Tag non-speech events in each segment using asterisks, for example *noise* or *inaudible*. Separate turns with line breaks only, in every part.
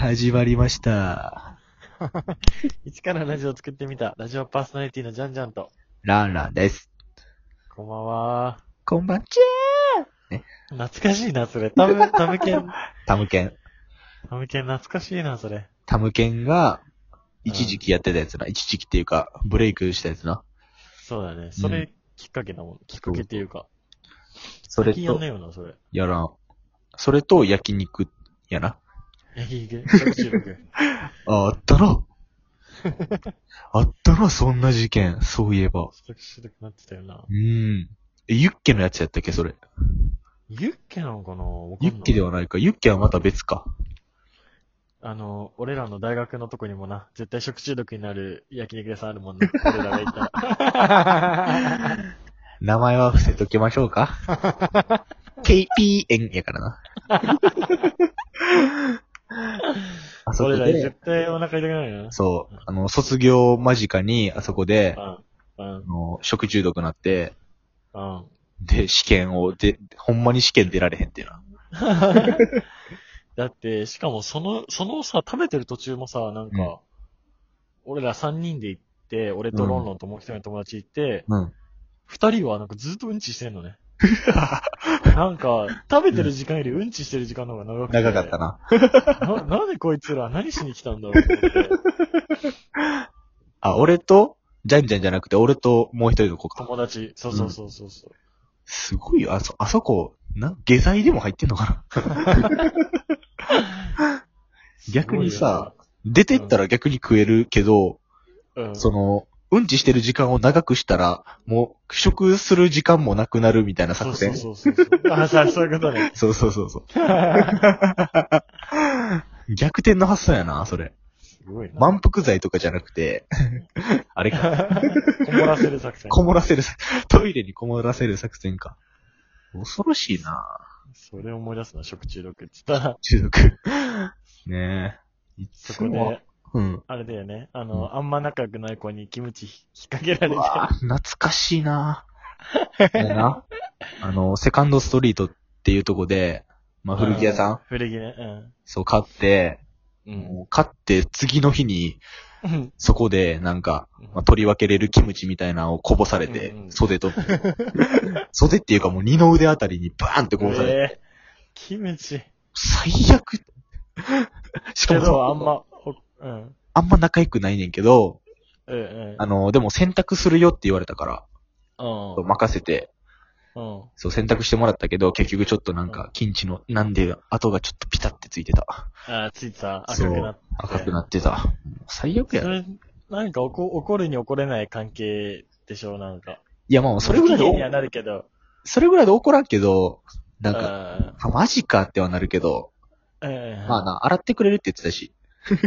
始まりました。
一からラジオを作ってみた、ラジオパーソナリティのジャンジャンと、
ランランです。
こんばんは。
こんばんち
懐かしいな、それ。タム、タム
*laughs*
ケン、
ータムケン。
タムケン懐かしいな、それ。
タムケンが、一時期やってたやつな。一時期っていうか、ブレイクしたやつな。
そうだね。それ、きっかけだもん。きっかけっていうか。
それ
最近や
と
んな、いよな、それ。
やらん。それと、焼肉、やな。
え、いいげ、収録。
あ、あった *laughs* な。あったな、そんな事件。そういえば。
収録しなくなってたよな
う。ーん。えユッケのやつやったっけ、それ。
ユッケなのかなわかん
ユ
ない
ッケではないか。ユッケはまた別か。
あの、俺らの大学のとこにもな、絶対食中毒になる焼肉屋さんあるもんな。俺らがいたら。
名前は伏せときましょうか。KPN やから *laughs* な。あ *laughs* そこ
俺ら
で
絶、対お腹痛くなるよな。
そう、あの、卒業間近に、あそこで、
うん。うん
あ。の、食中毒になって、
うん。
で、試験を、で、ほんまに試験出られへんっていうな。
だって、しかもその、そのさ、食べてる途中もさ、なんか、
うん
俺ら3人で行って、俺とロンロンともう一人の友達行って、
うん。
二人はなんかずっとうんちしてんのね。
*laughs*
なんか、食べてる時間よりうんちしてる時間の方が長くて。
長かったな。
な。な、んでこいつら何しに来たんだろうと思って、
あ、俺と、ジャンジャンじゃなくて、俺ともう一人の子か。
友達。そうそうそうそうそう。
すごいよ。あそ、あそこ、な、下剤でも入ってんのかな逆にさ出てったら逆に食えるけど、
すごいよな、うん。
その、うんちしてる時間を長くしたら、もう、腐食する時間もなくなるみたいな
そう
作
そう
戦。
そうそう。あ、さそういうこ
*laughs*
とね。
そうそうそうそう。逆転の発想やな、それ。
すごいな。 *laughs*
満腹剤とかじゃなくて、 *laughs* あれか、
こもらせる作戦。
こもらせる作、トイレにこもらせる作戦か。恐ろしいな
それを思い出すな、食中毒って言ったら。
中毒。ねえ。い
そ
つ
こ
も
で、、
うん。
あれだよね。あ
う
の、あんま仲良くない子にキムチ引っ掛けら
う
れて。
わぁ懐かしい *laughs* なぁ。あれな。あの、セカンドストリートっていうとこで、まあ、古着屋さん
古着ね。
そう、買って、
う
も
ん。
う買って次の日に、
*laughs* うん。
そこでなんか、まあ、取り分けれるキムチみたいなのをこぼされて、
うんうん
袖と。袖っていうかもう二の腕あたりにバーンってこぼされて、
ええキムチ。
最悪。しか
け
も
ど、あんま、ほうん。
あんま仲良くないねんけど、
うんうん。
あの、でも洗濯するよって言われたから、
うん。
任せて、
うん。
そう、洗濯してもらったけど、結局ちょっとなんか、キンチの、なんで、跡がちょっとピタってついてた。
あ、ついてた。
そ
赤
う
くなっ
赤くなってた。もう最悪
て。
や
そ
ろ。い
れ、なんか怒怒るに怒れない関係でしょ、なんか。
や、まあ、それぐらいで
不機嫌に
お
は、なるけど。
それぐらいで怒らんけど、なんか、
か。
あ、マジかってはなるけど、
うんうん。
まあな、洗ってくれるって言ってたし。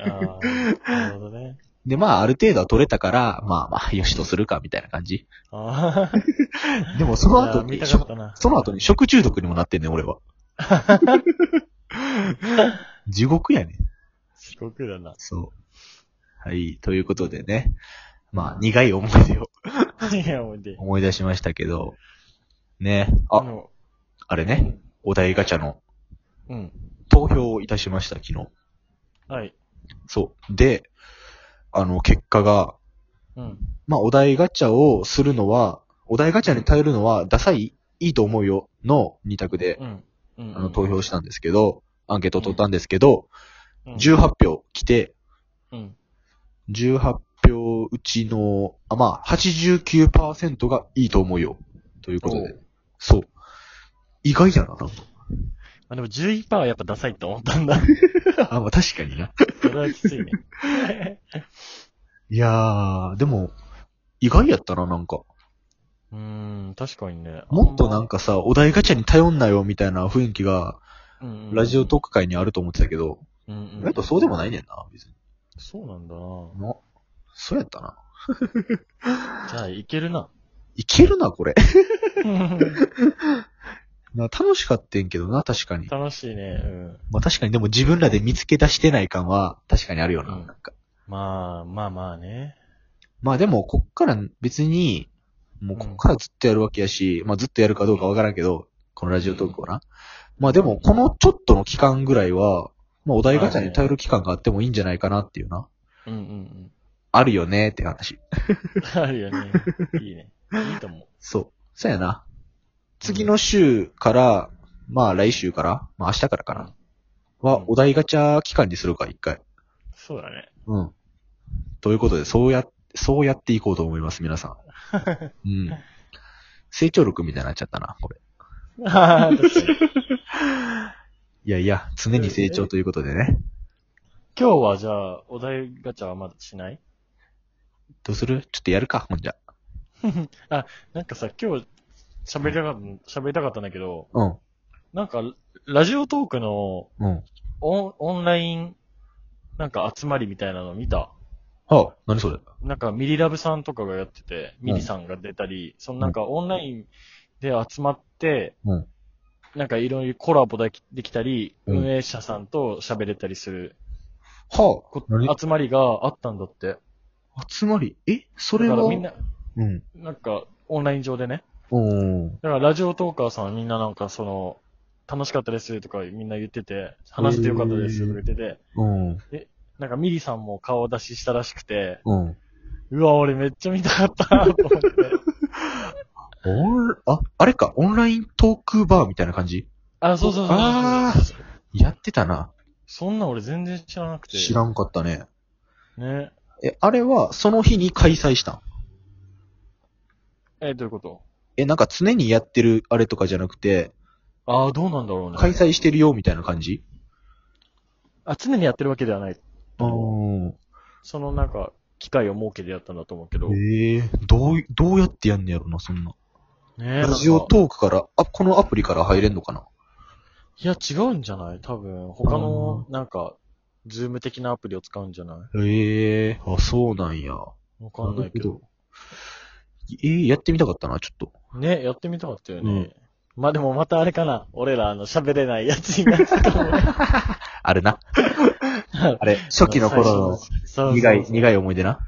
あー。なるほどね。
で、まあ、ある程度は取れたから、まあまあ、よしとするか、みたいな感じ。
あ
*laughs*
あ。
でも、その後
いや見
に、
た
し
かっ
ょ
たな。
その後に食中毒にもなってんねん、俺
*laughs*
は。地獄やねん。
すごくだな。
そう。はい、ということでね。まあ、苦い思い出を
いや、もうで。
思い出しましたけど、ね。あ、
の、
あれね。お題ガチャの
うん。
投票をいたしました、昨日。
はい。
そう。で、あの、結果が、
うん。
まあ、お題ガチャをするのは、お題ガチャに頼るのは、ダサい、いいと思うよ、の2択で
う、ん。うん。
あの、投票したんですけど、アンケート取ったんですけど、
うん、
18票来て、
うん。
18票うちの、あ、まあ、89%がいいと思うよ、ということ
お
で
う。
そう。意外やな、な
*laughs*
ん
あ、でも11%はやっぱダサいと思った
*laughs*
んだ。
かあ、まあ、確かにな。
それはきついね。 *laughs*
いやー、でも、意外やったな、なんか。
うーん、確かにね。
もっとなんかさ、お題ガチャに頼んなよ、みたいな雰囲気が、
あんま、うんうん
ラジオトーク界にあると思ってたけど、
うんうん、
意外とそうでもないねんな、別に。
そうなんだな。
な、そうやったな。
じゃあ、いける
*laughs*
な。
いけるな、これ。 *laughs*
楽
な楽しかったんけどな、確かに。
しいね。うん。
まあ確かに、でも自分らで見つけ出してない感は、確かにあるよな、
うん
なんか。
まあ、まあまあね。
まあでも、こっから別に、もうこっからずっとやるわけやし、まあずっとやるかどうかわからんけど、このラジオトークはな。まあでも、このちょっとの期間ぐらいは、まあ、お題ガチャに頼る期間があってもいいんじゃないかなっていうな。
うんうん
あるよねって話。
うん。あ *laughs* る
*laughs*
よね。いいね。いいと思う。
そう。そうやな。次の週から、まあ来週から、まあ明日からかな。
うん
は、お題ガチャ期間にするか、一回。
そうだね。 *laughs*
うん。ということで、そうや、そうやっていこうと思います、皆さ *laughs* ん。うん。成長力みたいになっちゃったな、これ。
ああ、確かに。
いやいや、常に成長ということでね。
今日はじゃあ、お題ガチャはまだしない
どうするちょっとやるか、ほんじゃ。
なんかさ、今日喋りたかった、喋りたかったんだけど、
うん。
なんか、ラジオトークの
うん。
オンオンライン、なんか集まりみたいなの見た
はあ、何それ
なんかミリラブさんとかがやってて、ミリさんが出たり、そのなんかオンラインで集まって、
うん
なんかいろいろコラボできできたり、
うん
運営者さんと喋れたりする
は
こ
何
集まりがあったんだって。
あ、集まり、えそ
だ
れ
か
は、
らみんな、
うん。
なんかオンライン上でね。
おー
だからラジオトーカーさんはみんななんかその、楽しかったですとかみんな言ってて、話してよかったですとか言ってて、
うん。
なんかミリさんも顔出ししたらしくて、
うん。
うわ、俺めっちゃ見たかったなと思って。
*laughs* オンあ、あれか、オンライントークバーみたいな感じ
あ、そうそうそうそう。
あーやってたな。
そんなん俺全然知らなくて。
知らんかったね。
ね。
え、あれは、その日に開催したん
え、どういうこと
え、なんか常にやってるあれとかじゃなくて、
ああ、どうなんだろうね。
開催してるよみたいな感じ
あ、常にやってるわけではない。
あー
そのなんか、機会を設けてやったんだと思うけど。ね
ええどうい、どうやってやんねやろな、そんな。
え
ラジオ
なんか
トークから、あ、このアプリから入れんのかない
や、違うんじゃない多分、他の、なんか、ズーム的なアプリを使うんじゃな
ええあ、そうなんや。わ
いわかんないけど。。
ええやってみたかったな、ちょっ
*laughs*
と。
ね、やってみたかったよね。
うん
まあでもまたあれかな。俺ら、あの、喋れないやつになったと思う。
あれ
*laughs*
な。あれ、 *laughs* 初期の頃
そ
の
う
苦い、
そうそう
苦い思い出な。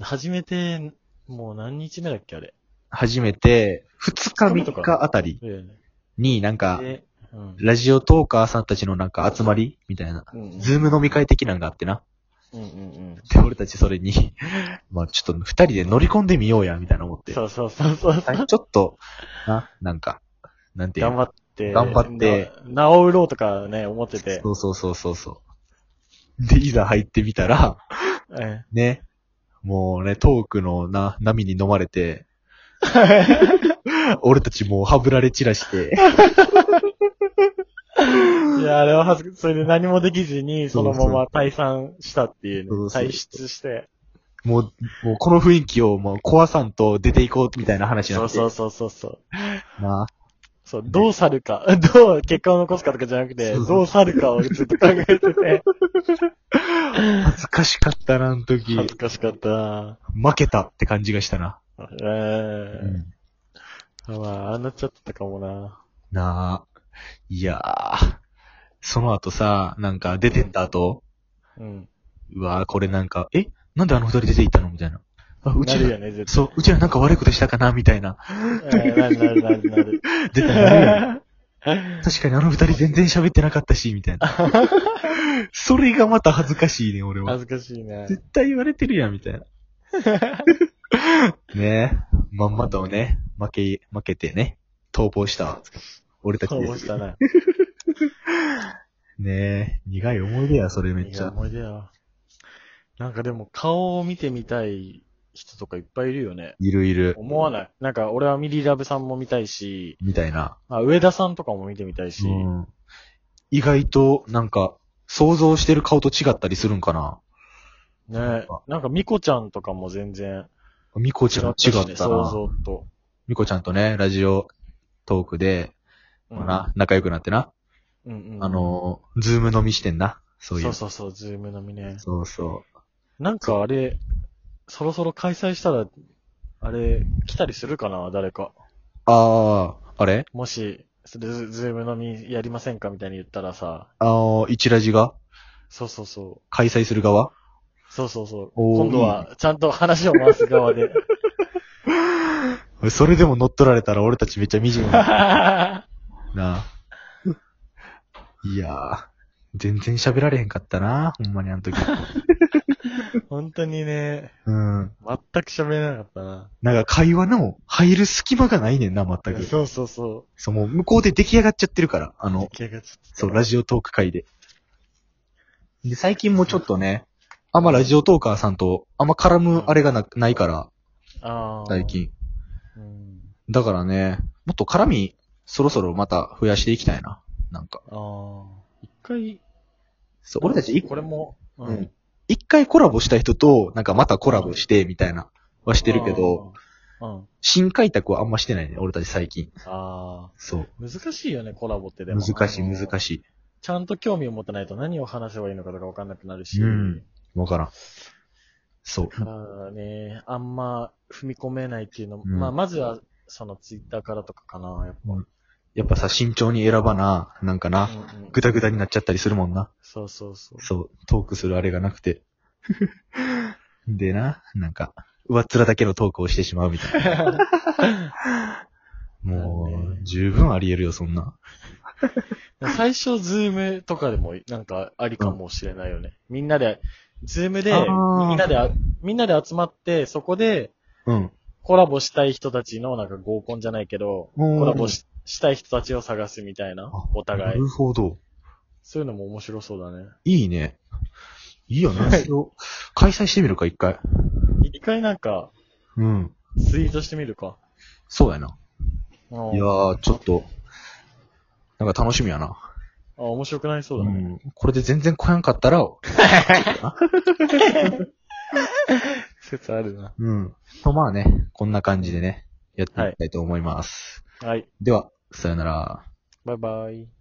初めて、もう何日目だっけ、あれ。
初めて、2日
二日
3
目
日あたり
だよね
になんか、
で、うん。
ラジオトーカーさんたちのなんか集まりみたいな。
うん
ズーム飲み会的なんがあってな。
うんうんうん。
で、俺たちそれに、 *laughs* まあちょっと二人で乗り込んでみようや、みたいな思って。
そうそうそうそう。
はいちょっと、な、なんか、なんていう
頑張って。
頑張って
な。治ろうとかね、思ってて。
そうそうそうそうそう。で、いざ入ってみたら、
え
ね、もうね、トークのな、波に飲まれ
*laughs*
て、俺たちもうはぶられ散らして、
えいや、あれは恥ずかそれで何もできずに、そのまま退散したっていうね
そうそう
退出して。
もう、もうこの雰囲気をもう壊さんと出ていこうみたいな話に
そ
な
う
って。
そうそうそうそう。
な
そう、どう去るか、 *laughs* どう結果を残すかとかじゃなくて、
そう
どう去るかをずっと考えてて、
*laughs* 恥ずかしかったな、あの時。
恥ずかしかったな
負けたって感じがしたな。
ええまあ、ああなっちゃってたかもな
なあ。いやー。その後さ、なんか出てった後、
うん。
うわー、これなんか、えなんであの二人出ていったのみたいな。あ、う
な
ち
る
ら、
よね、絶対。
そう、うちらなんか悪いことしたかなみたいな。
ええなるなるなるなる。
絶対なるや
*laughs*
ん確かにあの二人全然喋ってなかったし、みたい
*laughs*
な。それがまた恥ずかしいね、俺は。
恥ずかしいね。
絶対言われてるやん、みたい
*laughs*
な。ねえ、まんまとね、負け、負けてね、逃亡した、俺たち
そう
で
思っ
す
たな。
ねえ、苦い思い出や、それめっ
い
ち
や、
ゃ。
思い出や。なんかでも顔を見てみたい人とかいっぱいいるよね。
いるいる、
思わない。なんか俺はミリラブさんも見たいし、
みたいな。
あ上田さんとかも見てみたいし、
うん意外と、なんか、想像してる顔と違ったりするんかな。
ねなんかミコちゃんとかも全然
みこち
違
ゃん
っ
違
たしね、
った
想
な。
像と。
みこちゃんとね、ラジオトークで、
う
まあ
ん
な、仲良くなってな。
うんうん、
あ、のー、ズーム飲みしてんな。そうい
そう
う。
そうそう、ズームのみね。
そうそ
なんかあれ、そろそろ開催したら、あれ、来たりするかな、誰か。
う。ああ、あれ
もし、それズズームのみやりませんかみたいに言ったらさ、
あのー、一ラジが
そうそうそう。
開催する側
そうそうそう。
おー
今度は、ちゃんと話を回す側で。
*laughs* それでも乗っ取られたら俺た
*laughs*
ちめっちゃ惨めだ
あ
な。いやー、全然喋られへんかったな、ほんまにあの
*laughs*
時。
本当にね、
うん。
全く喋れなかったな。
なんか会話の入る隙間がないねんな、全く。
そうそうそう。
そう、もう向こうで出来上がっちゃってるから、あの、
出来上がっちゃった
そう、ラジオトーク会で。で、最近もちょっとね、あんまラジオトーカーさんと、あんま絡むあれがなないから、
ああ。
最。近。
うん。
だからね、もっと絡み、そろそろまた増やしていきたいな。なんか。
ああ。一回、
そう、俺たち一
これも、
ん一回コラボした人と、なんかまたコラボして、みたいな、はしてるけど、
あー。うん。
新開拓はあんましてないね、俺たち最近。
ああ。
そう。
難しいよね、コラボってでも。
難しい、難
しい。
し
ちゃんと興味を持たないと何を話せばいいのかとかわかんなくなるし。
うんい。わからん。そう。
だからね、あんま踏み込めないっていうのも、
うん
まあ、まずは、そのツイッターからとかかな、やっ
やっぱさ、慎重に選ばな、なんか
ぱ。
な、
うんうん
ぐだぐだになっちゃったりするもんな。
そうそうそう。
そう、トークするあれがなくて。
*laughs*
でな、なんか、上っ面だけのトークをしてしまうみたいな。も
なんで
う、十分あり得るよ、そんな。
*laughs* 最初、ズームとかでも、なんか、ありかもしれないよね。みんなで、ズームで、
あー
みんなであ、みんなで集まって、そこで、
うん。
コラボしたい人たちの、なんか合コンじゃないけど、
うん
コラボししたい人たちを探すみたいな
あ、
お互い
な。るほど。
そういうのも面白そうだね。
いいね。いいよ
は
ね。
い
それを開催してみるか、一回。
一回なんか、
うん。
ツイートしてみるか。
そうやな。
い
いやー、ちょっと、なんか楽しみやな。
あ、面白くなりそうだね。
ん。これで全然来やんかったら、
説あるな。
うん。と、まあね、こんな感じでね、やっていきたいと思います。
はい。
では、さよなら。
バイバイ。